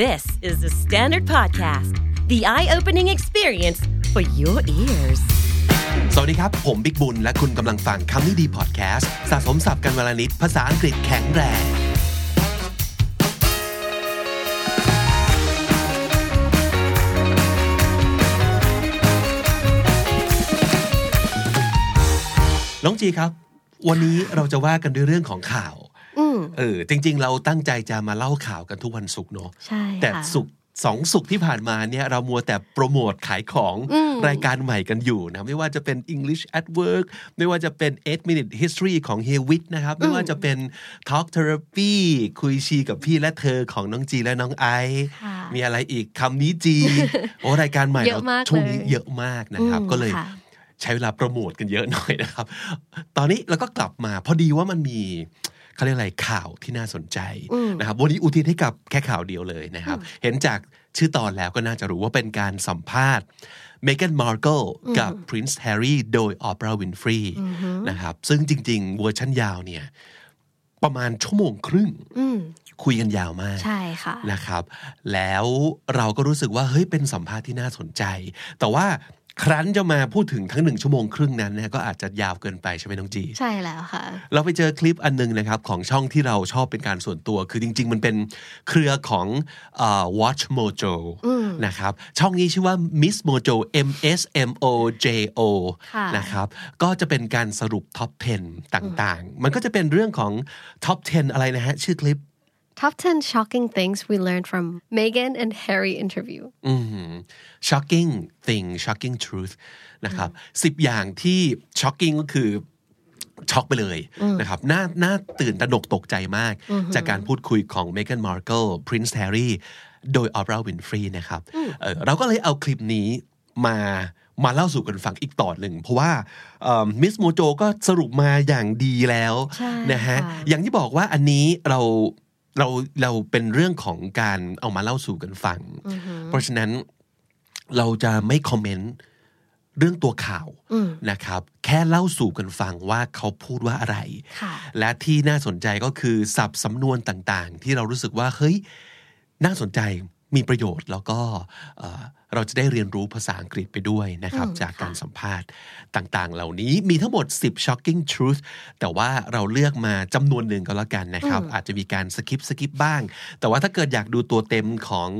This is the Standard Podcast, the eye opening experience for your ears. สวัสดีครับ ผมบิ๊กบุญ และคุณกำลังฟังคำนี้ดีพอดแคสต์สะสมสับกันวลนิดภาษาอังกฤษแข็งแรง น้องจีครับ วันนี้เราจะว่ากันด้วยเรื่องของข่าว อืม เออ จริง ๆ เราตั้งใจจะมาเล่าข่าวกันทุกวันศุกร์เนาะ ใช่ค่ะ แต่สุกร์สองสุกร์ที่ผ่านมาเนี่ยเรามัวแต่โปรโมทขายของ อืม รายการใหม่กันอยู่นะไม่ว่าจะเป็น English at Work ไม่ว่าจะเป็น 8 minute history ของเฮวิทนะครับ ไม่ว่าจะเป็น Talk Therapy คุยชีกับพี่และเธอของน้องจีและน้องไอซ์ ค่ะ มีอะไรอีกคำนี้จี โอ้รายการใหม่ เย เรา อะมากเลย ช่วงนี้เยอะมากนะครับ อืม ก็เลย ค่ะ ใช้เวลาโปรโมทกันเยอะหน่อยนะครับ ตอนนี้เราก็กลับมาพอดีว่ามันมีเขาเรียกอะไรข่าวที่น่าสนใจนะครับ วันนี้อุทิศให้กับแค่ข่าวเดียวเลยนะครับ เห็นจากชื่อตอนแล้วก็น่าจะรู้ว่าเป็นการสัมภาษณ์เมแกนมาร์เกลกับ Prince Harry โดยออปราวินฟรีนะครับ ซึ่งจริง ๆ เวอร์ชันยาวเนี่ยประมาณชั่วโมงครึ่ง อืม คุยกันยาวมาก ใช่ค่ะ นะครับ แล้วเราก็รู้สึกว่าเฮ้ยเป็นสัมภาษณ์ที่น่าสนใจ แต่ว่าครั้นจะมาพูดถึงทั้งหนึ่งชั่วโมงครึ่งนั้นเนี่ยก็อาจจะยาวเกินไปใช่ไหมน้องจี ใช่แล้วค่ะ เราไปเจอคลิปอันหนึงนะครับ ของช่องที่เราชอบเป็นการส่วนตัว คือจริง ๆ มันเป็นเครือของเอ่อ Watch Mojo นะครับ ช่องนี้ชื่อว่า Miss Mojo M S M O J O ค่ะ นะครับ ก็จะเป็นการสรุป Top 10 ต่างๆ มันก็จะเป็นเรื่องของ Top 10 อะไรนะฮะชื่อคลิป Top 10 shocking things we learned from Meghan and Harry interview อืม shocking thing shocking truth นะครับสิบอย่างที่ shocking ก็คือช็อกไปเลยนะครับน่าน่าตื่นตระหนกตกใจมาก จากการพูดคุยของเมแกนมาร์เกิลพรินซ์แฮร์รี่โดยออปราวินฟรีนะครับเอ่อเราก็เลยเอาคลิปนี้มามาเล่าสู่กันฟังอีกต่อหนึ่ง เพราะว่ามิสโมโจก็สรุปมาอย่างดีแล้ว ใช่ นะฮะ ค่ะ อย่างที่บอกว่าอันนี้เราเราเราเป็นเรื่องของการเอามาเล่าสู่กันฟัง เพราะฉะนั้นเราจะไม่คอมเมนต์เรื่องตัวข่าวนะครับ แค่เล่าสู่กันฟังว่าเขาพูดว่าอะไร ค่ะ และที่น่าสนใจก็คือสับสำนวนต่างๆ ที่เรารู้สึกว่าเฮ้ยน่าสนใจมีประโยชน์แล้วก็เอ่อเราจะได้เรียนรู้ภาษาอังกฤษไปด้วยนะครับ จากการสัมภาษณ์ต่างๆ เหล่านี้มีทั้งหมด 10 shocking truth แต่ว่าเราเลือกมาจำนวนหนึ่งก็แล้วกันนะครับ อาจจะมีการสคิปสคิปบ้าง แต่ว่าถ้าเกิดอยากดูตัวเต็มของ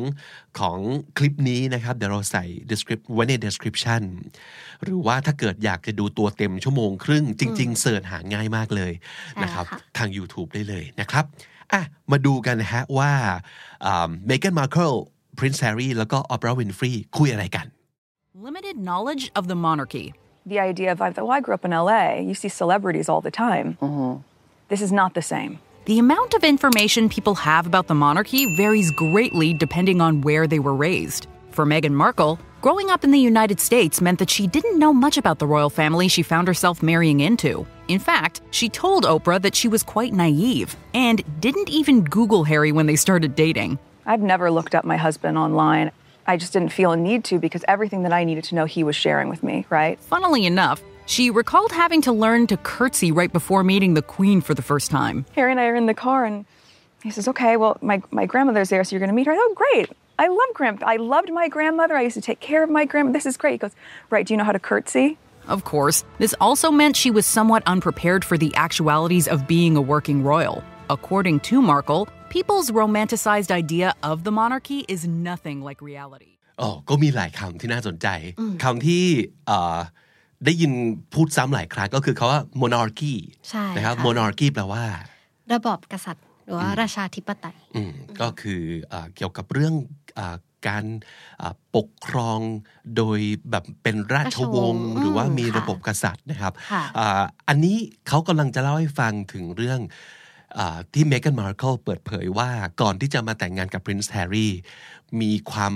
ของคลิปนี้นะครับ เดี๋ยวเราใส่ descript ไว้ใน description หรือว่าถ้าเกิดอยากจะดูตัวเต็มชั่วโมงครึ่ง จริง ๆเสิร์ชหาง่ายมากเลย ใช่ นะครับ ค่ะ ทาง YouTube ได้เลยนะครับอ่ะมาดูกันนะฮะว่าเมแกนมาร์เคิลพรินซ์แฮร์รี่แล้วก็ออปราวินฟรีคุยอะไรกัน Limited knowledge of the monarchy. the idea of, well, I grew up in LA, you see celebrities all the time. This is not the same. The amount of information people have about the monarchy varies greatly depending on where they were raised. For Meghan Markle, growing up in the United States meant that she didn't know much about the royal family she found herself marrying into. In fact, she told Oprah that she was quite naive and didn't even Google Harry when they started dating. I've never looked up my husband online. I just didn't feel a need to because everything that I needed to know, he was sharing with me, right? Funnily enough, she recalled having to learn to curtsy right before meeting the Queen for the first time. Harry and I are in the car, and he says, "Okay, well, my my grandmother's there, so you're going to meet her." I, oh, great! I love grand. I loved my grandmother. I used to take care of my grandma. This is great. He goes, "Right? Do you know how to curtsy?" Of course, this also meant she was somewhat unprepared for the actualities of being a working royal. According to Markle, people's romanticized idea of the monarchy is nothing like reality. อ๋อก็มีหลายคำที่น่าสนใจคำที่เอ่อได้ยินพูดซ้ำหลายครั้งก็คือคาว่า monarchy ใช่ นะครับ ค่ะ monarchy แปลว่า ระบอบกษัตริย์ หรือว่าราชาธิปไตย อืมก็คือเอ่อเกี่ยวกับเรื่องเอ่อการเอ่อปกครองโดยแบบเป็นราชวงศ์ ราชวงศ์ หรือว่ามี อืมค่ะ ระบบกษัตริย์นะครับ ค่ะ เอ่ออันนี้เขากำลังจะเล่าให้ฟังถึงเรื่องเอ่อที่เมแกนมาร์เคิลเปิดเผยว่าก่อนที่จะมาแต่งงานกับพรินซ์แฮร์รี่มีความ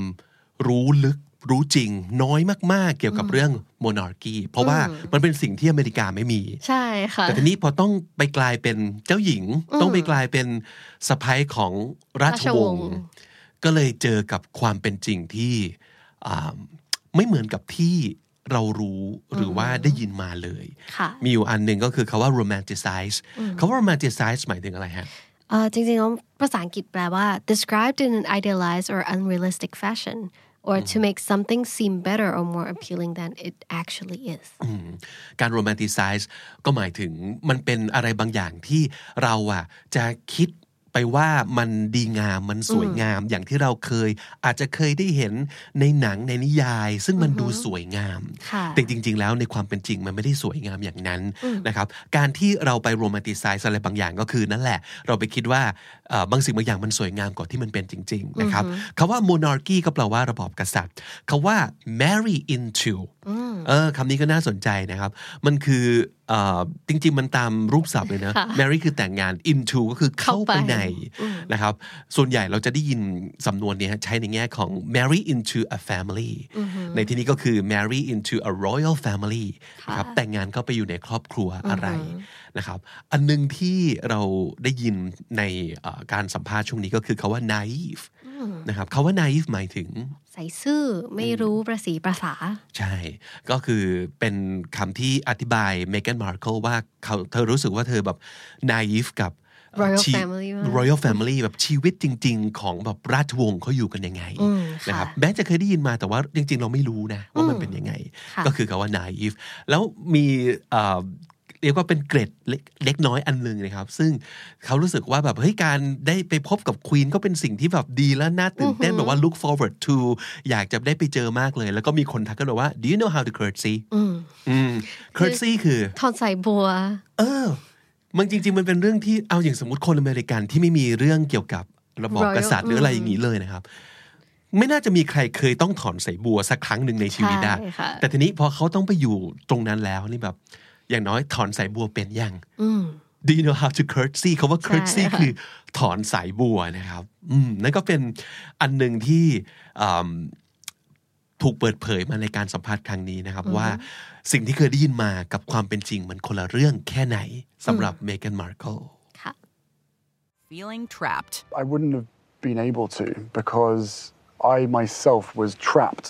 รู้ลึกรู้จริงน้อยมาก ๆ เกี่ยวกับเรื่องมอน a r ร์กีเพราะว่ามันเป็นสิ่งที่อเมริกาไม่มี ใช่ค่ะ แต่ทีนี้พอต้องไปกลายเป็นเจ้าหญิง ต้องไปกลายเป็นสะพ้ยของราชวงศ์ ราชวงศ์ ก็เลยเจอกับความเป็นจริงที่อ่าไม่เหมือนกับที่เรารู้หรือว่าได้ยินมาเลย ค่ะ มีอยู่อันหนึ่งก็คือคาว่า romanticize คาว่า romanticize หมายถึงอะไรฮะ เอ่อจริงๆแล้วภาษาอังกฤษแปลว่า described in an idealized or unrealistic fashion or to make something seem better or more appealing than it actually is การโรแมนติไซส์ก็หมายถึงมันเป็นอะไรบางอย่างที่เราอะจะคิดไปว่ามันดีงามมันสวยงาม อย่างที่เราเคย อาจจะเคยได้เห็นในหนังในนิยาย ซึ่งมันดูสวยงาม ค่ะ แต่จริง ๆ แล้วในความเป็นจริงมันไม่ได้สวยงามอย่างนั้นนะครับ การที่เราไปโรแมนติไซส์อะไรบางอย่างก็คือนั่นแหละ เราไปคิดว่าเอ่อบางสิ่งบางอย่างมันสวยงามกว่าที่มันเป็นจริง ๆ นะครับคำว่า monarchy ก็แปลว่าระบอบกษัตริย์คำว่า marry into เออคำนี้ก็น่าสนใจนะครับ มันคือเอ่อจริง ๆ มันตามรูปศัพท์เลยนะ marry คือแต่งงาน into ก็คือเข้าไป เข้าไป ใน นะครับส่วนใหญ่เราจะได้ยินสำนวนเนี้ยใช้ในแง่ของ marry into a family ในที่นี้ก็คือ marry into a royal family นะครับแต่งงานเข้าไปอยู่ในครอบครัวอะไรนะครับอันหนึงที่เราได้ยินในเอ่อการสัมภาษณ์ช่วงนี้ก็คือคาว่า naive นะครับคาว่า naive หมายถึง ใส่ซื่อไม่รู้ประสีประสา ใช่ ก็คือเป็นคำที่อธิบายเมแกนมาร์เคิลว่าเขาเธอรู้สึกว่าเธอแบบน i ย e ฟกับ Royal ชี Family มาก Royal Family แบบชีวิตจริง ๆ ของแบบราชวงศ์เขาอยู่กันยังไง อืมค่ะ นะครับแม้จะเคยได้ยินมาแต่ว่าจริง ๆ เราไม่รู้นะ ว่ามันเป็นยังไง ค่ะ ก็คือคำว่า naive แล้วมีเอ่อเรียกว่าเป็นเกร็ดเล็กเล็กน้อยอันหนึ่งนะครับ ซึ่งเขารู้สึกว่าแบบเฮ้ยการได้ไปพบกับควีนก็เป็นสิ่งที่แบบดีและน่าตื่นเต้นแบบว่า look forward to อยากจะได้ไปเจอมากเลย แล้วก็มีคนทักกันบอกว่า do you know how to curtsy อืม curtsy คือ ทอนใส่บัว เออ มันจริง ๆ มันเป็นเรื่องที่เอาอย่างสมมติคนอเมริกันที่ไม่มีเรื่องเกี่ยวกับระบอบ Royal กษัตริย์หรืออะไรอย่างนี้เลยนะครับ ไม่น่าจะมีใครเคยต้องถอนสายบัวสักครั้งหนึ่งในชีวิตได้ ใช่ค่ะ แต่ทีนี้พอเขาต้องไปอยู่ตรงนั้นแล้วนี่แบบ อย่างน้อยถอนสายบัวเป็นยัง อืม Do you know how to curtsy คาว่า curtsy ใช่ค่ะ คือถอนสายบัวนะครับอืมนั่นก็เป็นอันหนึ่งที่อืมถูกเปิดเผยมาในการสัมภาษณ์ครั้งนี้นะครับ ว่าสิ่งที่เคยได้ยินมากับความเป็นจริงมันคนละเรื่องแค่ไหนสำหรับเมแกนมาร์เคิล ค่ะ Feeling trapped. I wouldn't have been able to because I myself was trapped.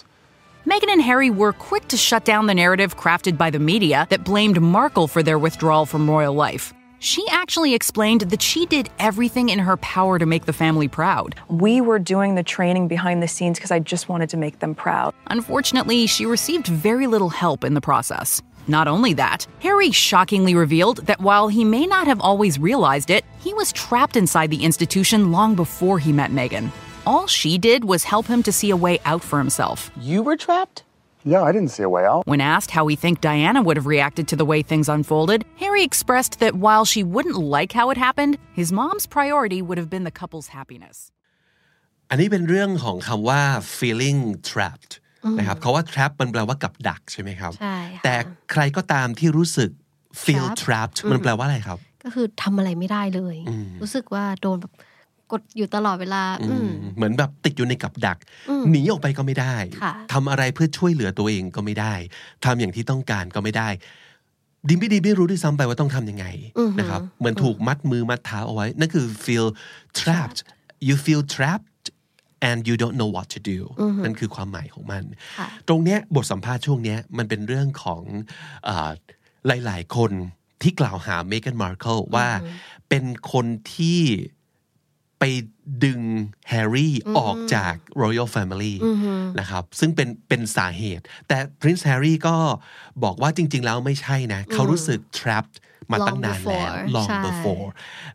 Meghan and Harry were quick to shut down the narrative crafted by the media that blamed Markle for their withdrawal from royal life. She actually explained that she did everything in her power to make the family proud. We were doing the training behind the scenes because I just wanted to make them proud. Unfortunately, she received very little help in the process. Not only that, Harry shockingly revealed that while he may not have always realized it, he was trapped inside the institution long before he met Meghan. All she did was help him to see a way out for himself. You were trapped? Yeah, I didn't see a way out. When asked how he think Diana would have reacted to the way things unfolded, Harry expressed that while she wouldn't like how it happened, his mom's priority would have been the couple's happiness. อันนี้เป็นเรื่องของคำว่า feeling trapped นะครับคาว่า trap มันแปลว่ากับดักใช่ไหมครับ ใช่ค่ะ แต่ใครก็ตามที่รู้สึก feel trapped มันแปลว่าอะไรครับ ก็คือทำอะไรไม่ได้เลย รู้สึกว่าโดนแบบกดอยู่ตลอดเวลา อืม เหมือนแบบติดอยู่ในกับดัก หนีออกไปก็ไม่ได้ ค่ะ ทำอะไรเพื่อช่วยเหลือตัวเองก็ไม่ได้ทำอย่างที่ต้องการก็ไม่ได้ ดีไม่ดีไม่รู้ด้วยซ้ำไปว่าต้องทำยังไงนะครับเหมือนถูกมัดมือมัดเท้าเอาไว้ นั่นคือ feel trapped you feel trapped and you don't know what to do นั่นคือความหมายของมัน ตรงเนี้ยบทสัมภาษณ์ช่วงเนี้ยมันเป็นเรื่องของเอ่อหลาย ๆ คนที่กล่าวหาเมแกนมาร์เคิลว่าเป็นคนที่ ไปดึงแฮร์รี่ออกจาก Royal Family นะครับซึ่งเป็นเป็นสาเหตุ แต่ Prince Harry ก็บอกว่าจริง ๆ แล้วไม่ใช่นะ เขารู้สึก trapped มา Long ตั้งนานแล้ว before long ใช่ before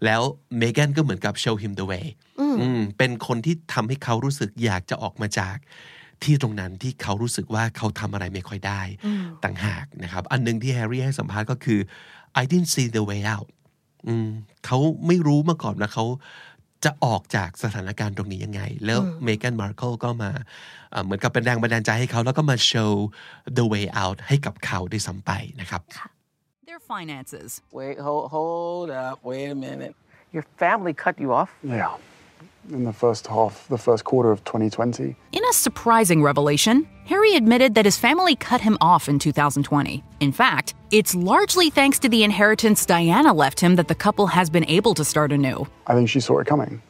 แล้วเมแกนก็เหมือนกับ show him the way อืมเป็นคนที่ทำให้เขารู้สึกอยากจะออกมาจาก ที่ตรงนั้นที่เขารู้สึกว่าเขาทำอะไรไม่ค่อยได้ต่างหากนะครับ อันหนึงที่แฮร์รี่ให้สัมภาษณ์ก็คือ I didn't see the way out อืมเขาไม่รู้มาก่อนนะเขาจะออกจากสถานการณ์ตรงนี้ยังไง แล้วเมแกนมาร์เคิลก็มาเอ่อเหมือนกับเป็นแรงบันดาลใจให้เขา แล้วก็มา show the way out ให้กับเขาได้วยซ้ำไปนะครับ Their finances. Wait, hold, hold up. Wait a minute. Your family cut you off? Yeah. In the first half, the first quarter of 2020. In a surprising revelation, Harry admitted that his family cut him off in 2020. In fact, it's largely thanks to the inheritance Diana left him that the couple has been able to start anew. I think she saw it coming.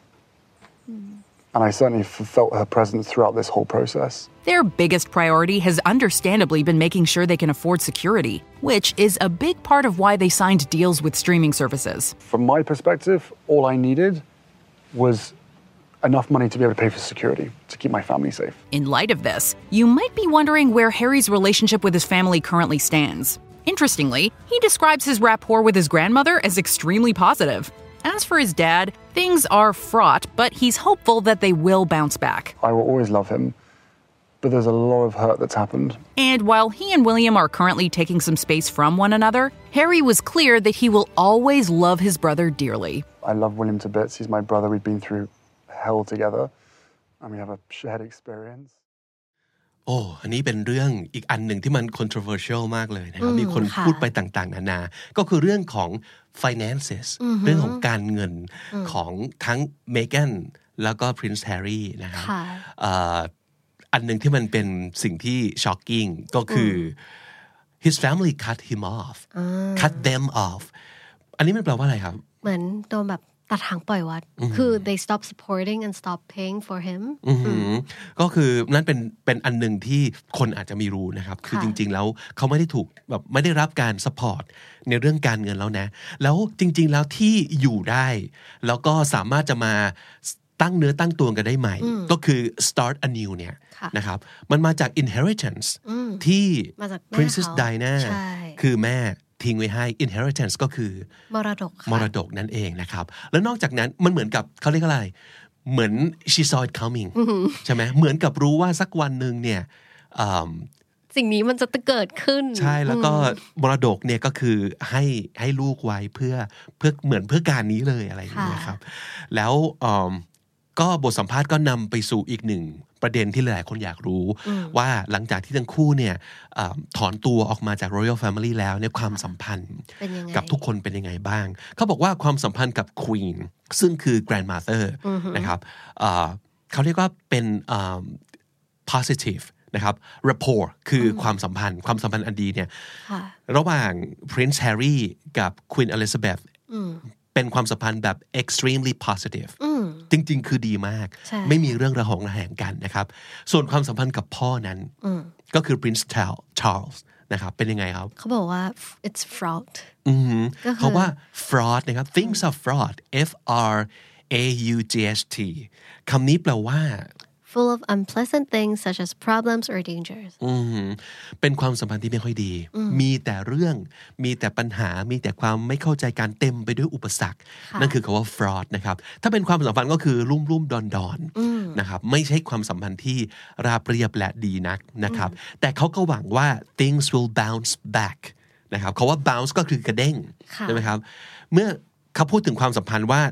And I certainly f- felt her presence throughout this whole process. Their biggest priority has understandably been making sure they can afford security, which is a big part of why they signed deals with streaming services. From my perspective, all I needed was enough money to be able to pay for security to keep my family safe. In light of this, you might be wondering where Harry's relationship with his family currently stands. Interestingly, he describes his rapport with his grandmother as extremely positive. As for his dad, things are fraught, but he's hopeful that they will bounce back. I will always love him, but there's a lot of hurt that's happened. And while he and William are currently taking some space from one another, Harry was clear that he will always love his brother dearly. I love William to bits. He's my brother. We've been through hell together, and we have a shared experience. โอ้ อันนี้เป็นเรื่องอีกอันหนึ่งที่มัน controversial มากเลยนะครับ อืม มีคน ค่ะ พูดไปต่างๆ นานา ก็คือเรื่องของ finances เรื่องของการเงินของทั้งเมแกนแล้วก็ Prince Harry นะครับ ค่ะ เอ่ออันหนึ่งที่มันเป็นสิ่งที่ shocking ก็คืออ his family cut him off cut them off อันนี้มันแปลว่าอะไรครับ เหมือนโดนแบบตัดหางปล่อยวัด คือ they stop supporting and stop paying for him อือหือก็คือนั่นเป็นเป็นอันหนึ่งที่คนอาจจะไมีรู้นะครับ คือจริง ๆ แล้วเขาไม่ได้ถูกแบบไม่ได้รับการสปอร์ตในเรื่องการเงินแล้วนะ แล้วจริง ๆ แล้วที่อยู่ได้ แล้วก็สามารถจะมาตั้งเนื้อตั้งตัวกันได้ใหม่ ก็คือ start anew เนี่ย ค่ะ นะครับ มันมาจาก inheritance ที่ มาจากที่แม่เขา princess Diana ใช่ คือแม่ทิ้งไว้ให้ inheritance ก็คือ มรดกค่ะ มรดกนั่นเองนะครับ แล้วนอกจากนั้นมันเหมือนกับเขาเรียกอะไร เหมือน she saw it coming ใช่ไหมเหมือนกับรู้ว่าสักวันหนึ่งเนี่ยอืม สิ่งนี้มันจะเกิดขึ้น ใช่แล้วก็มรดกเนี่ยก็คือให้ให้ลูกไว้เพื่อเพื่อเหมือนเพื่อการนี้เลยอะไรอย่างนี้ยนะครับ แล้วอืมก็บทสัมภาษณ์ก็นำไปสู่อีกหนึ่งประเด็นที่หลายๆคนอยากรู้ ว่าหลังจากที่ทั้งคู่เนี่ยอืมถอนตัวออกมาจาก Royal Family แล้วเนี่ยความสัมพันธ์ เป็นยังไง กับทุกคนเป็นยังไงบ้าง เขาบอกว่าความสัมพันธ์กับควีนซึ่งคือ grandmother นะครับเอ่อเขาเรียกว่าเป็นอ่า positive นะครับ rapport คือความสัมพันธ์ ความสัมพันธ์อันดีเนี่ย ค่ะ ระหว่าง Prince Harry กับ Queen Elizabeth เป็นความสัมพันธ์แบบ extremely positive จริง ๆ คือดีมาก ใช่ ไม่มีเรื่องระหองระแหงกันนะครับ ส่วนความสัมพันธ์กับพ่อนั้นก็คือ Prince Charles- Charles นะครับ เป็นยังไงครับ เขาบอกว่า it's fraud อือหือ ก็คือ เขาว่า fraud นะครับ things are fraud F R A U G H T คำนี้แปลว่า full of unpleasant things such as problems or dangers อือหือเป็นความสัมพันธ์ที่ไม่ค่อยดี มีแต่เรื่อง มีแต่ปัญหา มีแต่ความไม่เข้าใจการเต็มไปด้วยอุปสรรค นั่นคือคำว่า fraud นะครับ ถ้าเป็นความสัมพันธ์ก็คือรุ่มรุ่มดอนดอนๆนะครับ ไม่ใช่ความสัมพันธ์ที่ราบเรียบและดีนักนะครับ แต่เขาก็หวังว่า things will bounce back นะครับเขาว่า bounce ก็คือกระเด้ง ค่ะ ใช่ไหมครับ เมื่อเขาพูดถึงความสัมพันธ์ว่า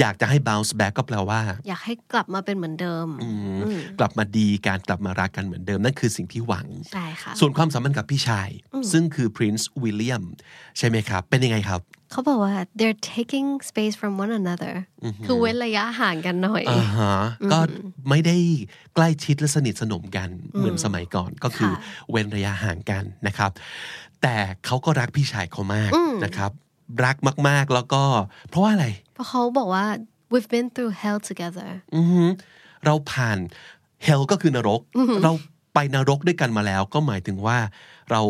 อยากจะให้ bounce back ก็แปลว่า อยากให้กลับมาเป็นเหมือนเดิม กลับมาดีการกลับมารักกันเหมือนเดิม นั่นคือสิ่งที่หวัง ใช่ค่ะ ส่วนความสัมพันธ์กับพี่ชาย ซึ่งคือ Prince William ใช่ไหมครับ เป็นยังไงครับ เขาบอกว่า they're taking space from one another คือเว้นระยะห่างกันหน่อย อ่าฮะก็ไม่ได้ใกล้ชิดและสนิทสนมกันเหมือนสมัยก่อนก็คือ ค่ะ เว้นระยะห่างกันนะครับ แต่เขาก็รักพี่ชายเขามากนะครับ รักมากๆแล้วก็เพราะว่าอะไร เพราะเขาบอกว่า we've been through hell together อือหือเราผ่าน hell ก็คือนรก เราไปนรกด้วยกันมาแล้ว ก็หมายถึงว่าเรา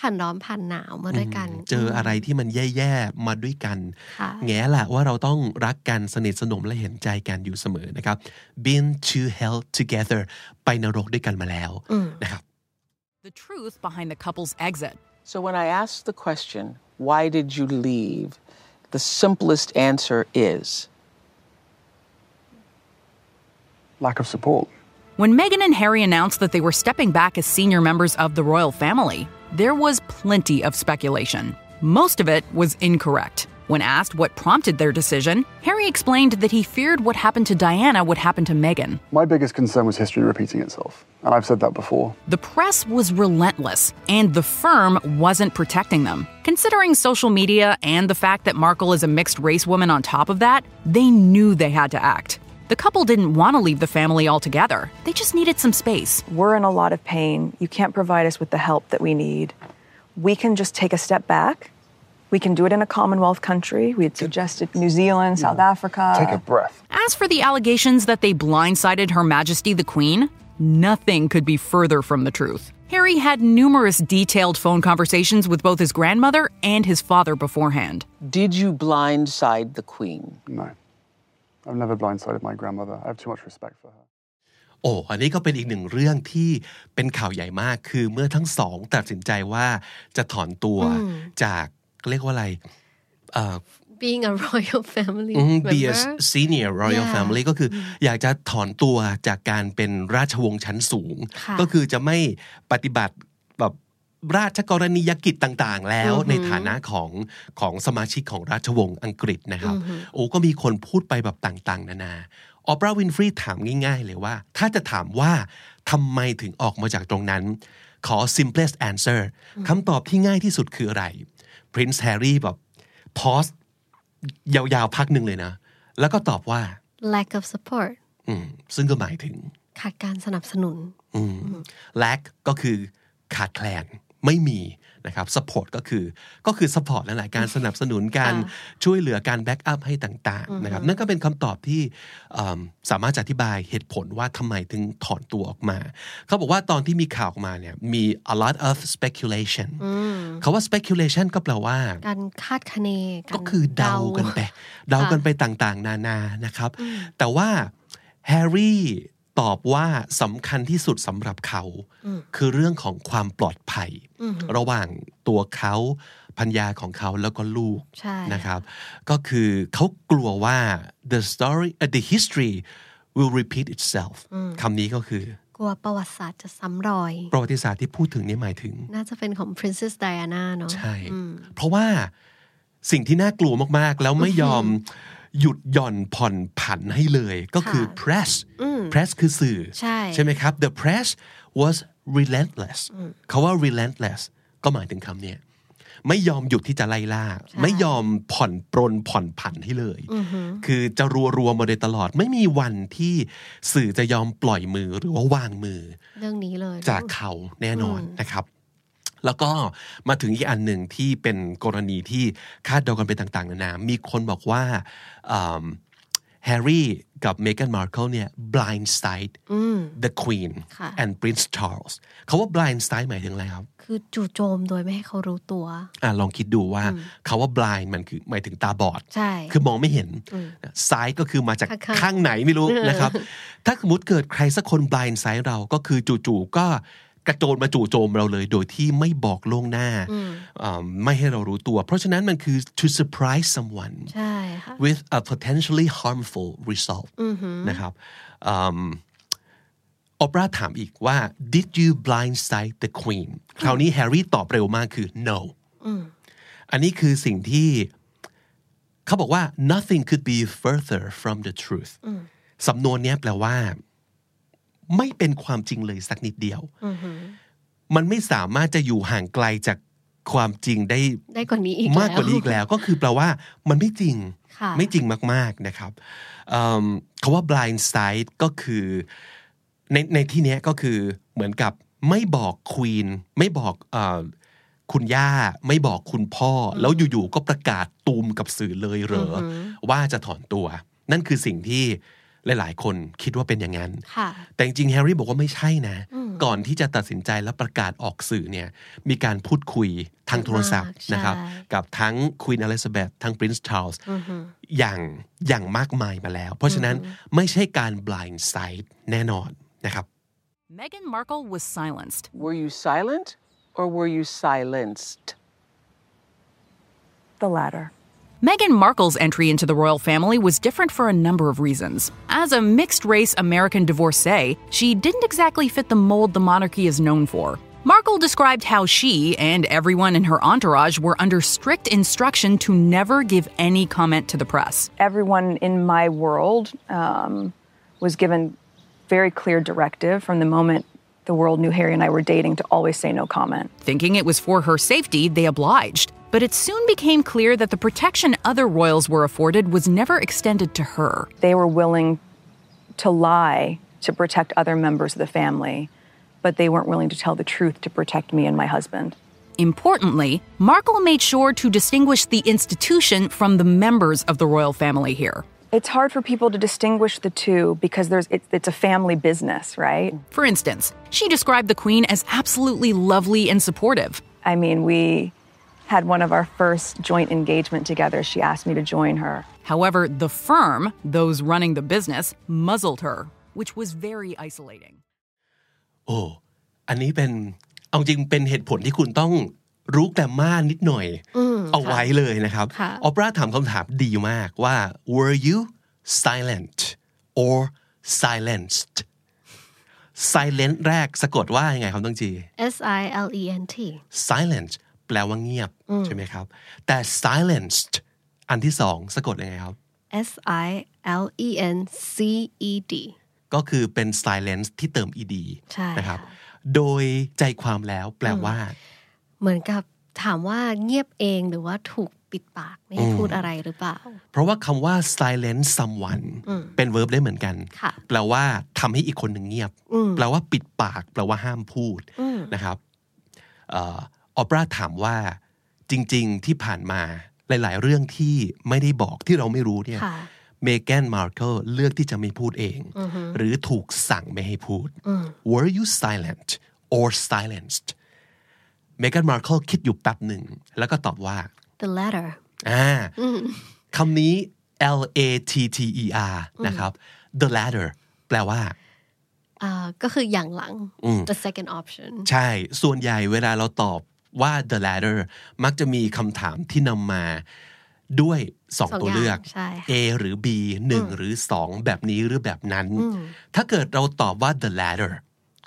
ผ่านร้อนผ่านหนาวมาด้วยกัน เจออะไรที่มันแย่ๆมาด้วยกัน ค่ะ แง่ละว่าเราต้องรักกันสนิทสนมและเห็นใจกันอยู่เสมอนะครับ been to hell together ไปนรกด้วยกันมาแล้วนะครับ The truth behind the couple's exit. So when I ask the question, why did you leave? The simplest answer is Lack of support. When Meghan and Harry announced that they were stepping back as senior members of the royal family, there was plenty of speculation. Most of it was incorrect. When asked what prompted their decision, Harry explained that he feared what happened to Diana would happen to Meghan. My biggest concern was history repeating itself, and I've said that before. The press was relentless, and the firm wasn't protecting them. Considering social media and the fact that Markle is a mixed race woman on top of that, they knew they had to act. The couple didn't want to leave the family altogether, they just needed some space. We're in a lot of pain. You can't provide us with the help that we need. We can just take a step back We can do it in a Commonwealth country. We had suggested New Zealand, South Africa. Take a breath. As for the allegations that they blindsided Her Majesty the Queen, nothing could be further from the truth. Harry had numerous detailed phone conversations with both his grandmother and his father beforehand. Did you blindside the Queen? No. I've never blindsided my grandmother. I have too much respect for her. โอ้อันนี้ก็เป็นอีกหนึ่งเรื่องที่เป็นข่าวใหญ่มากคือเมื่อทั้งสองตัดสินใจว่าจะถอนตัวจากเรียกว่าอะไรเอ่อ Being a royal family อืม member. be a senior royal Yeah. family ก็คืออยากจะถอนตัวจากการเป็นราชวงศ์ชั้นสูง ค่ะ ก็คือจะไม่ปฏิบัติแบบราชกรณียกิจต่างๆ แล้วในฐานะของของสมาชิกของราชวงศ์อังกฤษนะครับ โอ้ก็มีคนพูดไปแบบต่างๆ นานาออปราวินฟรีถามง่ายๆ เลยว่า ถ้าจะถามว่าทำไมถึงออกมาจากตรงนั้น ขอ simplest answer คำตอบที่ง่ายที่สุดคืออะไร Prince Harry แบบ pause ยาวๆพักหนึ่งเลยนะ แล้วก็ตอบว่า Lack of support อืม ซึ่งก็หมายถึง ขาดการสนับสนุน อืม lack ก็คือขาดแคลนไม่มีนะครับ support ก็คือก็คือ support นั่นแหละการสนับสนุนการช่วยเหลือการแบ็กอัพให้ต่างๆนะครับนั่นก็เป็นคำตอบที่เอิ่มสามารถจะอธิบายเหตุผลว่าทำไมถึงถอนตัวออกมา เขาบอกว่าตอนที่มีข่าวออกมาเนี่ยมี a lot of speculation คาว่า speculation ก็แปลว่า การคาดคะเนาร ก็คือเดากันไป เดากันไปต่างๆ นานานะครับ แต่ว่าแฮร์รี่ตอบว่าสำคัญที่สุดสำหรับเขา คือเรื่องของความปลอดภัย ระหว่างตัวเขาพัญญาของเขาแล้วก็ลูก ใช่ นะครับก็คือเขากลัวว่า the story uh, the history will repeat itself คำนี้ก็คือก ลัวประวัติศาสตร์จะซ้ำรอย ประวัติศาสตร์ที่พูดถึงนี่หมายถึง น่าจะเป็นของ Princess Diana เนาะ ใช่ เพราะว่าสิ่งที่น่ากลัวมาก ๆ แล้วไม่ยอมหยุดหย่อนผ่อนผันให้เลย ก็คือ press press คือสื่อ ใช่ ใช่ไหมครับ the press was relentless คาว่า relentless ก็หมายถึงคำเนี้ยไม่ยอมหยุดที่จะไล่ล่า ไม่ยอมผ่อนปรนผ่อนผันให้เลย คือจะรัวรัวๆมาโดยตลอด ไม่มีวันที่สื่อจะยอมปล่อยมือหรือว่าวางมือ เรื่องนี้เลย จากเขาแน่นอนนะครับ แล้วก็มาถึงอีกอันหนึ่งที่เป็นกรณีที่คาดเดากันไปต่างๆนานา มีคนบอกว่าแฮร์รี่ม Harry กับเมแกนมาร์เคิลเนี่ย blindside the queen ค่ะ and prince charles เขาว่า blindside หมายถึงอะไรครับ คือจู่โจมโดยไม่ให้เขารู้ตัว อ่ะลองคิดดูว่าคาว่า blind มันคือหมายถึงตาบอด ใช่ คือมองไม่เห็นซ้ายก็คือมาจาก ข้างๆ ข้างไหนไม่รู้นะครับ ถ้าสมมติเกิดใครสักคนบลายซ้ายเราก็คือจู่ๆก็กระโจนมาจู่โจมเราเลย โดยที่ไม่บอกล่วงหน้าอ่าไม่ให้เรารู้ตัว เพราะฉะนั้นมันคือ to surprise someone ใช่ค่ะ with a potentially harmful result นะครับออปราถามอีกว่า did you blindside the queen คราวนี้แฮร์รี่ตอบเร็วมากคือ no อันนี้คือสิ่งที่เขาบอกว่า nothing could be further from the truth สำนวนเนี้ยแปลว่า ไม่เป็นความจริงเลยสักนิดเดียว มันไม่สามารถจะอยู่ห่างไกลจากความจริงได้ ได้กว่านี้อีก มากกว่านี้อีก แล้ แล้วก็คือแปลว่ามันไม่จริง ค่ะ ไม่จริงมากๆนะครับเอิ่มคาว่า blind side ก็คือในในที่เนี้ยก็คือเหมือนกับไม่บอกควีนไม่บอกเอ่อคุณย่า ไม่บอกคุณพ่อ แล้วอยู่ๆก็ประกาศตูมกับสื่อเลยเหรออว่าจะถอนตัว นั่นคือสิ่งที่หลายๆ คนคิดว่าเป็นอย่างนั้น ค่ะ แต่จริงๆแฮร์รี่บอกว่าไม่ใช่นะ ก่อนที่จะตัดสินใจและประกาศออกสื่อเนี่ยมีการพูดคุยทางโทรศัพท์ มากๆ นะครับ ใช่ กับทั้งค e ีนอลิซาเบธทั้งปรินซ์ชาร์ลส์อย่างอย่างมากมายมาแล้ว เพราะฉะนั้นไม่ใช่การ blind side แน่นอนนะครับ Meghan Markle was silenced. Were you silent or were you silenced? The latter. Meghan Markle's entry into the royal family was different for a number of reasons. As a mixed race American divorcee, she didn't exactly fit the mold the monarchy is known for. Markle described how she and everyone in her entourage were under strict instruction to never give any comment to the press. Everyone in my world um, was given very clear directive from the moment the world knew Harry and I were dating to always say no comment. Thinking it was for her safety, they obliged. But it soon became clear that the protection other royals were afforded was never extended to her. They were willing to lie to protect other members of the family, but they weren't willing to tell the truth to protect me and my husband. Importantly, Markle made sure to distinguish the institution from the members of the royal family here. It's hard for people to distinguish the two because there's it, it's a family business, right? For instance, she described the Queen as absolutely lovely and supportive. I mean, we had one of our first joint engagement together. She asked me to join her. However, the firm, those running the business, muzzled her, which was very isolating. โอ้ อันนี้เป็น เอาจริงเป็นเหตุผลที่คุณต้องรู้แกรมมานิดหน่อย เอาไว้เลยนะครับ ออปราถามคำถามดีมากว่า were you silent or silenced silent แรกสะกดว่ายังไงครับต้องจี S I L E N T. silent แปลว่าเงียบ ใช่ไหมครับ แต่ silenced อันที่สองสะกดยังไงครับ S I L E N C E D. ก็คือเป็น silence ที่เติม ed ใช่ นะครับ โดยใจความแล้วแปลว่า เหมือนกับถามว่าเงียบเองหรือว่าถูกปิดปากไม่ให้พูดอะไรหรือเปล่า เพราะว่าคำว่า silence someone เป็น verb ได้เหมือนกัน ค่ะ แปลว่าทำให้อีกคนหนึ่งเงียบ แปลว่าปิดปาก แปลว่าห้ามพูดนะครับเออปราถามว่าจริง ๆ ที่ผ่านมาหลาย ๆ เรื่องที่ไม่ได้บอกที่เราไม่รู้เนี่ย ค่ะ เมแกนมาร์เคิลเลือกที่จะไม่พูดเอง หรือถูกสั่งไม่ให้พูด were you silent or silenced เมแกนมาร์เคิลคิดอยู่แป๊บหนึ่ง แล้วก็ตอบว่า The letter. อ่าคำนี้ L A T T E R นะครับ the latter แปลว่า อ่าก็คืออย่างหลัง the second option ใช่ ส่วนใหญ่เวลาเราตอบว่า the latter มักจะมีคำถามที่นำมาด้วย สอ 2 ง ตัวเลือก อย่างใช่ค่ะ A หรือ B 1 หรือ 2 แบบนี้หรือแบบนั้น ถ้าเกิดเราตอบว่า the latter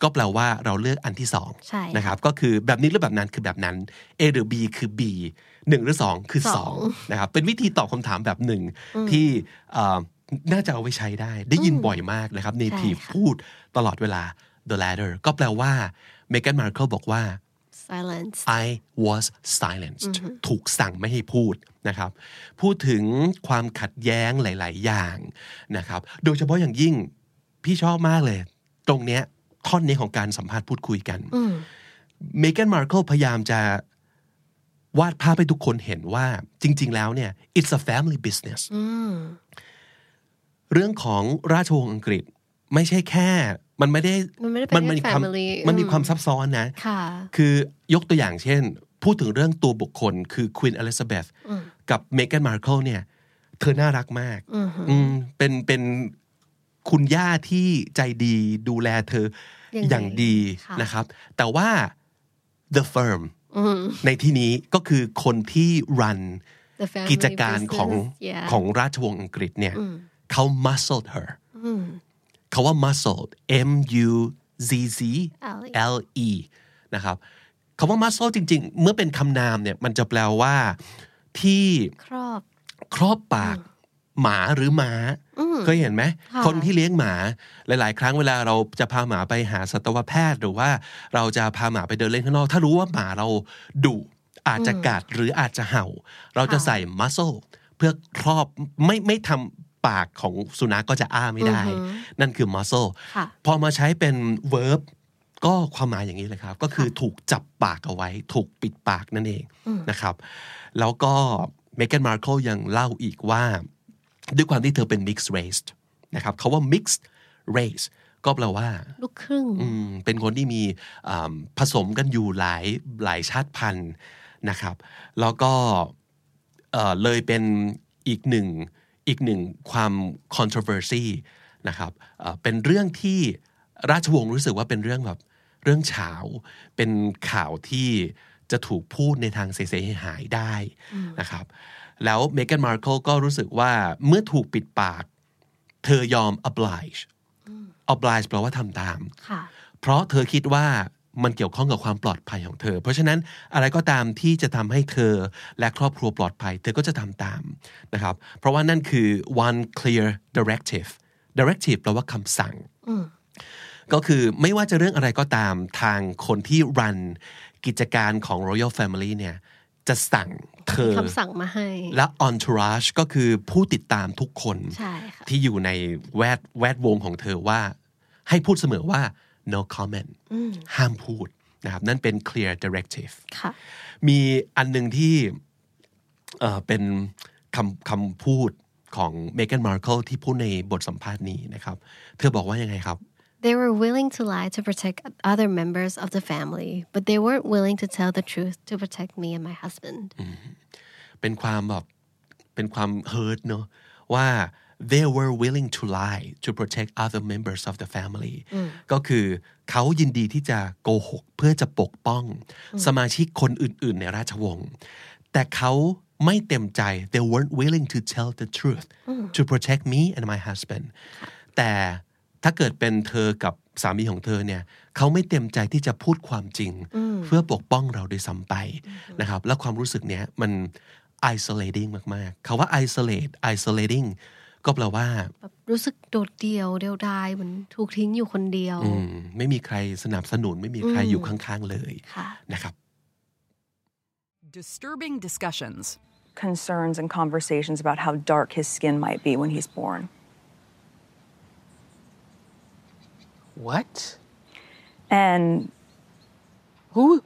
ก็แปลว่าเราเลือกอันที่สอง ใช่ค่ะ นะครับ ก็คือแบบนี้หรือแบบนั้นคือแบบนั้น A หรือ B คือ B 1 หรือ 2 คือ 2 นะครับ เป็นวิธีตอบคำถามแบบหนึ่งที่เอ่อน่าจะเอาไว้ใช้ได้ ได้ยินบ่อยมากนะครับ native ค่ะ พูดตลอดเวลา the latter ก็แปลว่าเมแกนมาร์เคิลบอกว่า silence I was silenced ถูกสั่งไม่ให้พูดนะครับ พูดถึงความขัดแย้งหลาย ๆ อย่างนะครับ โดยเฉพาะอย่างยิ่งพี่ชอบมากเลย ตรงเนี้ยท่อนนี้ของการสัมภาษณ์พูดคุยกันเมแกนมาร์เคิลพยายามจะวาดภาพให้ทุกคนเห็นว่าจริง ๆ แล้วเนี่ย it's a family business เรื่องของราชวงศ์อังกฤษไม่ใช่แค่ มันไม่ได้ มันไม่ได้เป็น ม แค่ มีความ family มันมี อืม ความซับซ้อนนะ ค่ะ คือยกตัวอย่างเช่น พูดถึงเรื่องตัวบุคคลคือควีนอลิซาเบธกับเมแกนมาร์เคิลเนี่ยเธอน่ารักมากอืมเป็นเป็นคุณย่าที่ใจดีดูแลเธอ อย่าอย่างดีงดี ค่ะ นะครับ แต่ว่า the firm ในที่นี้ก็คือคนที่รัน The family กิจการของ business yeah ของราชวงศ์อังกฤษเนี่ยเขา muzzled her เขาว่า muzzled M U Z Z L E นะครับคำว่า muzzle จริง ๆ เมื่อเป็นคำนามเนี่ยมันจะแปลว่าที่ ครอบ ครอบปากหมาหรือม้าเคยเห็นไหม คนที่เลี้ยงหมาหลาย ๆ ครั้งเวลาเราจะพาหมาไปหาสัตวแพทย์ หรือว่าเราจะพาหมาไปเดินเล่นข้างนอก ถ้ารู้ว่าหมาเราดุอาจจะกัดหรืออาจจะเห่า เราจะใส่ muzzle เพื่อครอบไม่ไม่ทำปากของสุนัขก็จะอ้าไม่ได้ นั่นคือ muzzle ค่ะ พอมาใช้เป็น verb ก็ความหมายอย่างนี้เลยครับ ก็คือถูกจับปากเอาไว้ ถูกปิดปากนั่นเองนะครับ แล้วก็เมแกนมาร์เคิลยังเล่าอีกว่า ด้วยความที่เธอเป็น mixed race นะครับเขาว่า mixed race ก็แปลว่า ลูกครึ่ง อืมเป็นคนที่มีอ่าผสมกันอยู่หลายหลายชาติพันธุ์นะครับ แล้วก็เอ่อเลยเป็นอีกหนึ่งอีกหนึ่งความ controversy นะครับเอ่อเป็นเรื่องที่ราชวงศ์รู้สึกว่าเป็นเรื่องแบบเรื่องเฉาว เป็นข่าวที่จะถูกพูดในทางเสียหายๆได้นะครับ แล้วเมแกนมาร์เคิลก็รู้สึกว่าเมื่อถูกปิดปาก เธอยอม oblige oblige แปลว่าทำตาม ค่ะ เพราะเธอคิดว่ามันเกี่ยวข้องกับความปลอดภัยของเธอ เพราะฉะนั้นอะไรก็ตามที่จะทำให้เธอและครอบครัวปลอดภัย เธอก็จะทำตามนะครับ เพราะว่านั่นคือ one clear directive directive แปลว่าคำสั่ง ก็คือไม่ว่าจะเรื่องอะไรก็ตามทางคนที่รันกิจการของ royal family เนี่ยจะสั่งเธอ คำสั่งมาให้ และ entourage ก็คือผู้ติดตามทุกคน ใช่ค่ะ ที่อยู่ในแวดแวดวงของเธอว่า ให้พูดเสมอว่า no comment ห้ามพูด นะครับนั่นเป็น clear directive ค่ะ มีอันหนึ่งที่เอ่อเป็นคำคำพูดของเมแกนมาร์เคิลที่พูดในบทสัมภาษณ์นี้นะครับ เธอบอกว่ายังไงครับ They were willing to lie to protect other members of the family, but they weren't willing to tell the truth to protect me and my husband. เป็นความแบบเป็นความ hurt เนอะว่า they were willing to lie to protect other members of the family ก็คือเขายินดีที่จะโกหกเพื่อจะปกป้อง สมาชิกคนอื่น ๆ ในราชวงศ์แต่เขาไม่เต็มใจ they weren't willing to tell the truth to protect me and my husband แต่ถ้าเกิดเป็นเธอกับสามีของเธอเนี่ยเขาไม่เต็มใจที่จะพูดความจริง เพื่อปกป้องเราด้วยซ้ำไปนะครับ และความรู้สึกเนี้ยมัน isolating มากๆคาว่า isolate isolating ก็แปลว่า แบบรู้สึกโดดเดี่ยวเดียวดายเหมือนถูกทิ้งอยู่คนเดียว อืมไม่มีใครสนับสนุน ไม่มีใครอยู่ข้างๆเลย ค่ะ นะครับ Disturbing discussions. Concerns and conversations about how dark his skin might be when he's born. What? And Who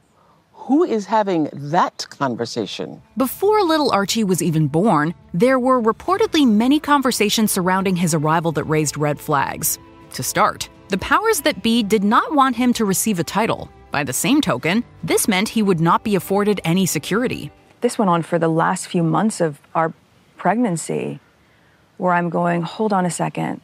who is having that conversation? Before little Archie was even born, there were reportedly many conversations surrounding his arrival that raised red flags. To start, the powers that be did not want him to receive a title. By the same token, this meant he would not be afforded any security. this went on for the last few months of our pregnancy, where I'm going, hold on a second.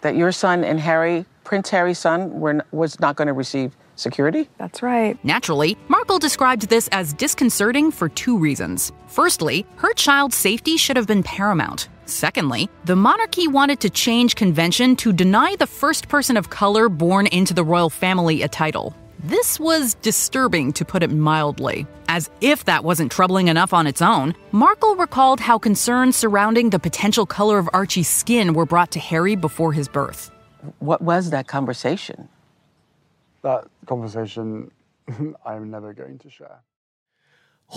That your son and Harry, Prince Harry's son, were, n- was not going to receive security? That's right. Naturally, Markle described this as disconcerting for two reasons. Firstly, her child's safety should have been paramount. Secondly, the monarchy wanted to change convention to deny the first person of color born into the royal family a title. This was disturbing, to put it mildly. As if that wasn't troubling enough on its own, Markle recalled how concerns surrounding the potential color of Archie's skin were brought to Harry before his birth. What was that conversation? That conversation, I'm never going to share. โห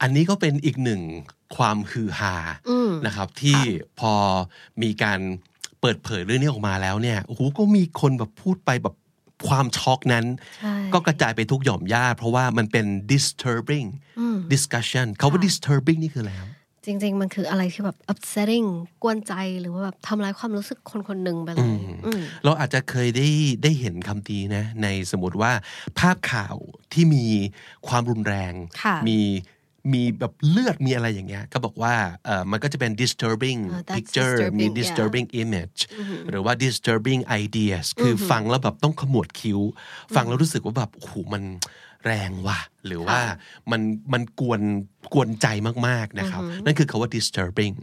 อันนี้ก็เป็นอีกหนึ่งความฮือฮานะครับ ที่พอมีการเปิดเผยเรื่องนี้ออกมาแล้วเนี่ย โอ้โห ก็มีคนแบบพูดไปแบบความช็อกนั้น ก็กระจายไปทุกหย่อมย่า เพราะว่ามันเป็น disturbing discussion เขาว่า disturbing นี่คืออะไรครับ จริง ๆ มันคืออะไรที่แบบ upsetting กวนใจหรือว่าแบบทำร้ายความรู้สึกคนคนหนึ่งไปเลยอืม เราอาจจะเคยได้ได้เห็นคำตีนะ ในสมมติว่าภาพข่าวที่มีความรุนแรง ค่ะ มีมีแบบเลือดมีอะไรอย่างเงี้ย ก็บอกว่าเออมันก็จะเป็น disturbing เออ that's picture มี disturbing, yeah. disturbing image หรือว่า disturbing ideas คือฟังแล้วแบบต้องขมวดคิ้ว ฟังแล้วรู้สึกว่าแบบโอ้โหมันแรงว่ะ หรือว่ามันมันกวนกวนใจมาก ๆ นะครับ นั่นคือคาว่า disturbing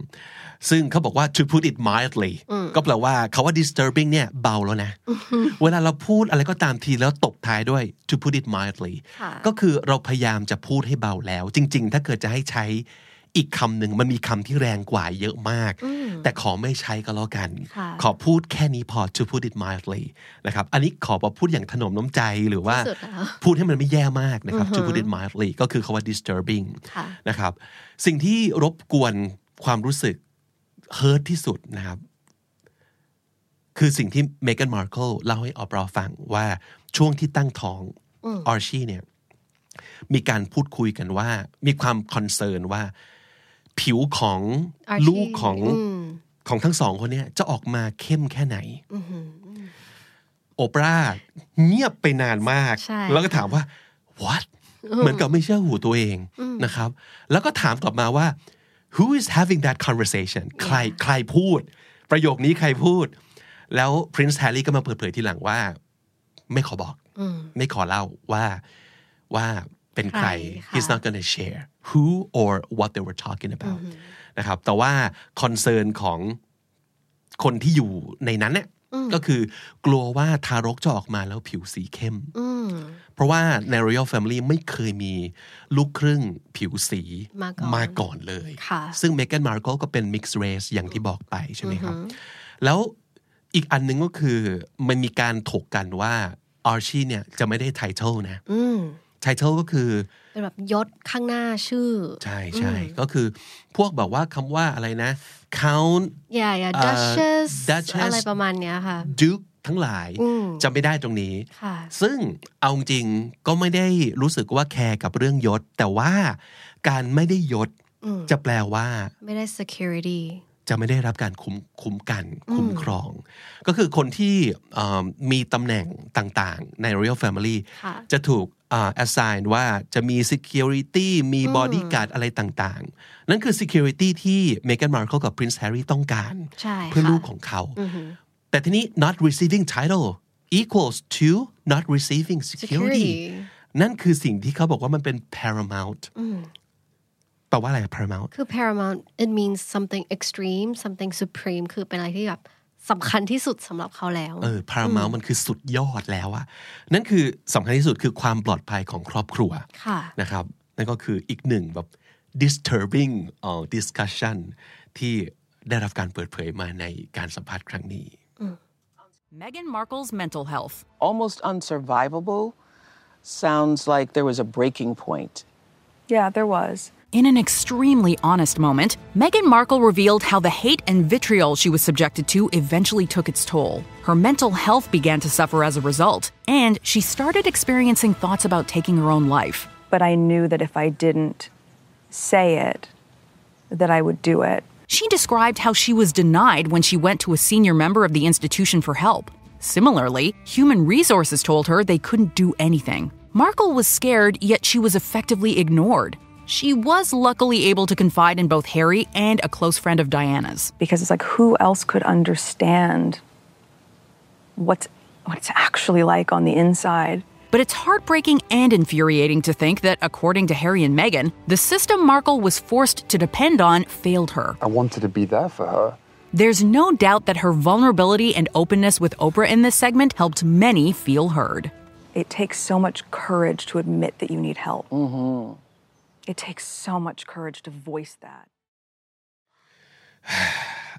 ซึ่งเขาบอกว่า to put it mildly ก็แปลว่าคาว่า disturbing เนี่ยเบาแล้วนะ เวลาเราพูดอะไรก็ตามทีแล้วตบท้ายด้วย to put it mildly ก็คือเราพยายามจะพูดให้เบาแล้ว จริง ๆ ถ้าเกิดจะให้ใช้ อีกคำหนึ่งมันมีคำที่แรงกว่าเยอะมาก แต่ขอไม่ใช้ก็แล้วกัน ค่ะ ขอพูดแค่นี้พอ to put it mildly นะครับ อันนี้ขอแบบพูดอย่างถนอมน้ำใจหรือว่า ที่สุดแล้ว พูดให้มันไม่แย่มากนะครับ to put it mildly ก็คือคาว่า disturbing ค่ะ นะครับ สิ่งที่รบกวนความรู้สึก hurt ที่สุดนะครับ คือสิ่งที่เมแกนมาร์เคิลเล่าให้ออปราฟังว่าช่วงที่ตั้งท้องออร์ชีเนี่ย มีการพูดคุยกันว่า มีความคอนเซิร์นว่า ผิวของ Archie ลูกของของทั้งสองคนเนี่ยจะออกมาเข้มแค่ไหน โอปราเงียบไปนานมาก ใช่ แล้วก็ถามว่า what เหมือนกับไม่เชื่อหูตัวเองนะครับ แล้วก็ถามกลับมาว่า who is having that conversation ใครใครพูด ประโยคนี้ใครพูด แล้ว Prince Harry ก็มาเปิดเผยทีหลังว่า ไม่ขอบอก ไม่ขอเล่าว่าว่าเป็นใคร ใครค่ะ he's not gonna share who or what they were talking about นะครับ แต่ว่าคอนเซิร์นของคนที่อยู่ในนั้นเนี่ยก็คือกลัวว่าทารกจะออกมาแล้วผิวสีเข้ม เพราะว่าใน Royal Family ไม่เคยมีลูกครึ่งผิวสี มาก่อน ก่อนเลย ค่ะ ซึ่งเมแกนมาร์ l ก็เป็น Mixed Race อย่างที่บอกไปใช่ไหมครับ แล้วอีกอันหนึงก็คือ มันมีการถกกันว่าอาร์ชีเนี่ยจะไม่ได้ไทเทลนะไทเทลก็คือ เป็นแบบยศข้างหน้าชื่อ ใช่ใช่ก็คือพวกแบบว่าคำว่าอะไรนะ count yeah yeah เอ่อ duchess Duchess อะไรประมาณเนี้ยค่ะ duke ทั้งหลายจำไม่ได้ตรงนี้ ค่ะ ซึ่งเอาจริงๆก็ไม่ได้รู้สึกว่าแคร์กับเรื่องยศ แต่ว่าการไม่ได้ยศจะแปลว่า ไม่ได้ security จะไม่ได้รับการคุ้มคุ้มกันคุ้มครอง ก็คือคนที่เอ่อมีตำแหน่งต่างๆ ใน Royal Family ค่ะ จะถูกเอ่อ assign ว่าจะมี security มี bodyguard อะไรต่างๆ นั่นคือ security ที่ Meghan Markle กับ Prince Harry ต้องการ ใช่ค่ะ เพื่อลูกของเขา แต่ทีนี้ not receiving title equals to not receiving security security นั่นคือสิ่งที่เขาบอกว่ามันเป็น paramount แปลว่าอะไรอะ paramount คือ paramount it means something extreme something supreme คือเป็นอะไรที่แบบสำคัญที่สุดสำหรับเขาแล้ว เออ paramount มันคือสุดยอดแล้วอะนั่นคือสำคัญที่สุดคือความปลอดภัยของครอบครัว ค่ะ นะครับ นั่นก็คืออีกหนึ่งแบบ disturbing เอ่อ discussion ที่ได้รับการเปิดเผยมาในการสัมภาษณ์ครั้งนี้ Meghan Markle's mental health. Almost unsurvivable sounds like there was a breaking point. Yeah, there was. In an extremely honest moment, Meghan Markle revealed how the hate and vitriol she was subjected to eventually took its toll. Her mental health began to suffer as a result, and she started experiencing thoughts about taking her own life. But I knew that if I didn't say it, that I would do it. She described how she was denied when she went to a senior member of the institution for help. Similarly, human resources told her they couldn't do anything. Markle was scared, yet she was effectively ignored. She was luckily able to confide in both Harry and a close friend of Diana's. because it's like who else could understand what's what it's actually like on the inside But it's heartbreaking and infuriating to think that, according to Harry and Meghan, the system Markle was forced to depend on failed her. I wanted to be there for her. There's no doubt that her vulnerability and openness with Oprah in this segment helped many feel heard. it takes so much courage to admit that you need help it takes so much courage to voice that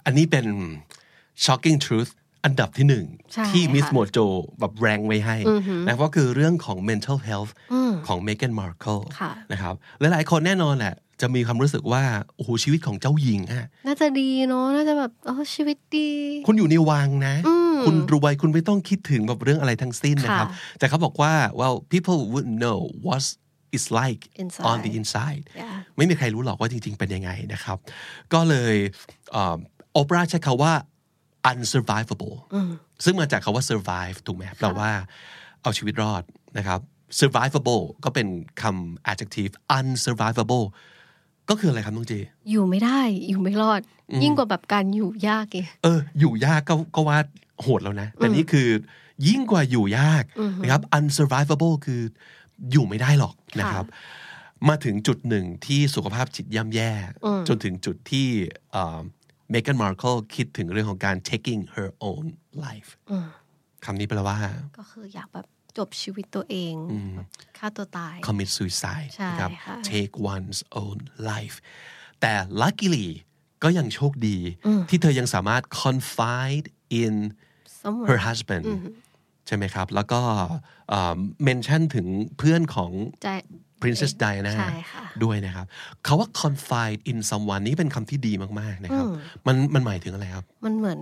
อันนี้เป็น shocking truth อันดับที่หนึ่ง ใช่ ที่มิส ค่ะ โมโจแบบแรงไว้ให้นะก็คือเรื่องของ mental health ของ Meghan Markle ค่ะ นะครับหลายๆคนแน่นอนแหละ จะมีความรู้สึกว่า โอ้โห ชีวิตของเจ้าหญิงอะ น่าจะดีเนาะน่าจะแบบโอ้ชีวิตดี คุณอยู่ในวังนะ คุณรวยคุณไม่ต้องคิดถึงแบบเรื่องอะไรทั้งสิ้นนะครับ แต่เขาบอกว่า well people wouldn't know what it's like Inside on the inside Yeah ไม่มีใครรู้หรอกว่าจริง ๆ เป็นยังไงนะครับ ก็เลยโอปราใช้คาว่า unsurvivable ซึ่งมาจากคาว่า survive ถูกไหมแปลว่าเอาชีวิตรอดนะครับ survivable ก็เป็นคำ adjective unsurvivable ก็คืออะไรครับน้องเจ อยู่ไม่ได้อยู่ไม่รอด ยิ่งกว่าแบบการอยู่ยากอีก เอออยู่ยากก็ก็ว่าโหดแล้วนะ แต่นี่คือยิ่งกว่าอยู่ยากนะครับ unsurvivable คืออยู่ไม่ได้หรอกนะครับ มาถึงจุดหนึ่งที่สุขภาพจิตย่ำแย่ จนถึงจุดที่เมกันมาร์เคิลคิดถึงเรื่องของการ taking her own life คำนี้แปลว่า ก็คืออยากแบบจบชีวิตตัวเองแบบฆ่าตัวตาย commit suicide ใช่ นะครับ ค่ะ take one's own life แต่ luckily ก็ยังโชคดี ที่เธอยังสามารถ confide in Someone her husband ใช่ไหมครับ แล้วก็เมนชั่นถึงเพื่อนของ ใจ Princess Diana ใช่ค่ะ ด้วยนะครับคาว่า confide in someone นี้เป็นคำที่ดีมาก ๆ นะครับ มันมันหมายถึงอะไรครับ มันเหมือน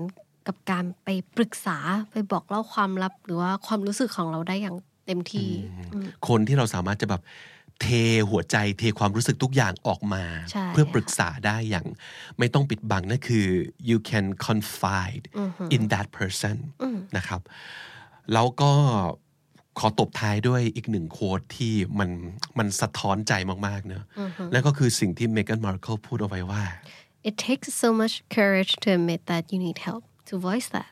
กับการไปปรึกษาไปบอกเล่าความลับ หรือว่าความรู้สึกของเราได้อย่างเต็มที่ คนที่เราสามารถจะแบบเทหัวใจเทความรู้สึกทุกอย่างออกมา ใช่ เพื่อปรึกษาได้อย่างไม่ต้องปิดบังนั่นคือ you can confide in that person นะครับ แล้วก็ขอตบท้ายด้วยอีกหนึ่งโค้ดที่มันมันสะท้อนใจมาก ๆ เนอะแล้วก็คือสิ่งที่เมแกันมาร์เคิลพูดเอาไว้ว่า It takes so much courage to admit that you need help to voice that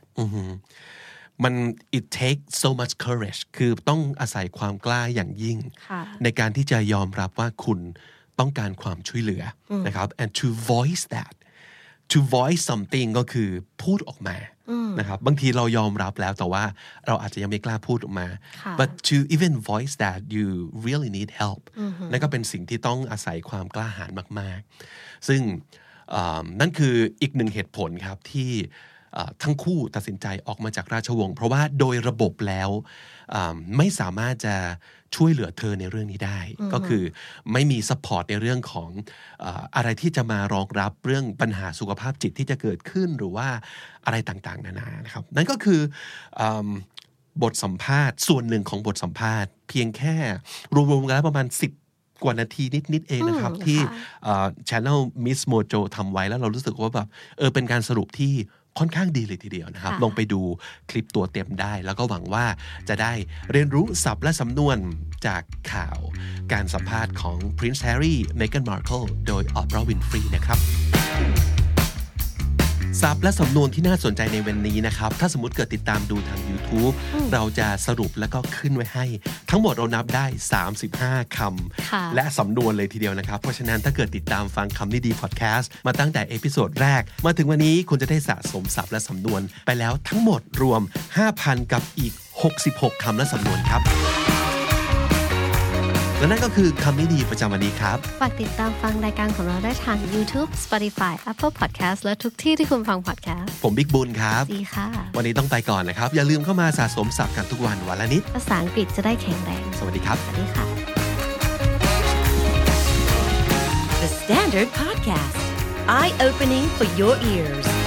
มัน it take so much courage คือต้องอาศัยความกล้าอย่างยิ่ง ค่ะ ในการที่จะยอมรับว่าคุณต้องการความช่วยเหลืออนะครับ and to voice that to voice something ก็คือพูดออกมานะครับ บางทีเรายอมรับแล้วแต่ว่าเราอาจจะยังไม่กล้าพูดออกมา ค่ะ but to even voice that you really need help นั่นก็เป็นสิ่งที่ต้องอาศัยความกล้าหาญมาก ๆ ซึ่งเอ่อนั่นคืออีกหนึ่งเหตุผลครับที่ เอ่อทั้งคู่ตัดสินใจออกมาจากราชวงศ์เพราะว่าโดยระบบแล้วอ่าไม่สามารถจะช่วยเหลือเธอในเรื่องนี้ได้ ก็คือไม่มีสปอร์ตในเรื่องของเอ่ออะไรที่จะมารองรับเรื่องปัญหาสุขภาพจิตที่จะเกิดขึ้นหรือว่าอะไรต่างๆ นานานะครับ นั่นก็คืออืม บทสัมภาษณ์ส่วนหนึ่งของบทสัมภาษณ์ เพียงแค่รวมๆกันแล้วประมาณ 10 กว่านาทีนิด ๆ เองนะครับ ที่เอ่อ Channel Miss Mojo ทำไว้แล้วเรารู้สึกว่าแบบเออเป็นการสรุปที่ค่อนข้างดีเลยทีเดียวนะครับ ลองไปดูคลิปตัวเต็มได้ แล้วก็หวังว่าจะได้เรียนรู้ศัพท์และสำนวนจากข่าวการสัมภาษณ์ของ Prince Harry Meghan Markle โดย Oprah Winfrey นะครับ ศัพท์และสำนวนที่น่าสนใจในวันนี้นะครับ ถ้าสมมติเกิดติดตามดูทาง YouTube เราจะสรุปแล้วก็ขึ้นไว้ให้ ทั้งหมดเรานับได้ 35 คำ ค่ะ และสำนวนเลยทีเดียวนะครับ เพราะฉะนั้นถ้าเกิดติดตามฟังคำนี้ดีพอดแคสต์มาตั้งแต่เอพิโซดแรก มาถึงวันนี้คุณจะได้สะสมศัพท์และสำนวนไปแล้วทั้งหมดรวม 5,000 กับอีก 66คำและสำนวนครับ และนั่นก็คือคำนี้ดีประจำวันนี้ครับ ฝากติดตามฟังรายการของเราได้ทาง YouTube, Spotify, Apple Podcast และทุกที่ที่คุณฟัง podcast ผมบิ๊กบุญครับ ดีค่ะ วันนี้ต้องไปก่อนนะครับ อย่าลืมเข้ามาสะสมศัพท์กันทุกวันวันละนิด ภาษาอังกฤษจะได้แข็งแรง สวัสดีครับ สวัสดีค่ะ The Standard Podcast, eye opening for your ears.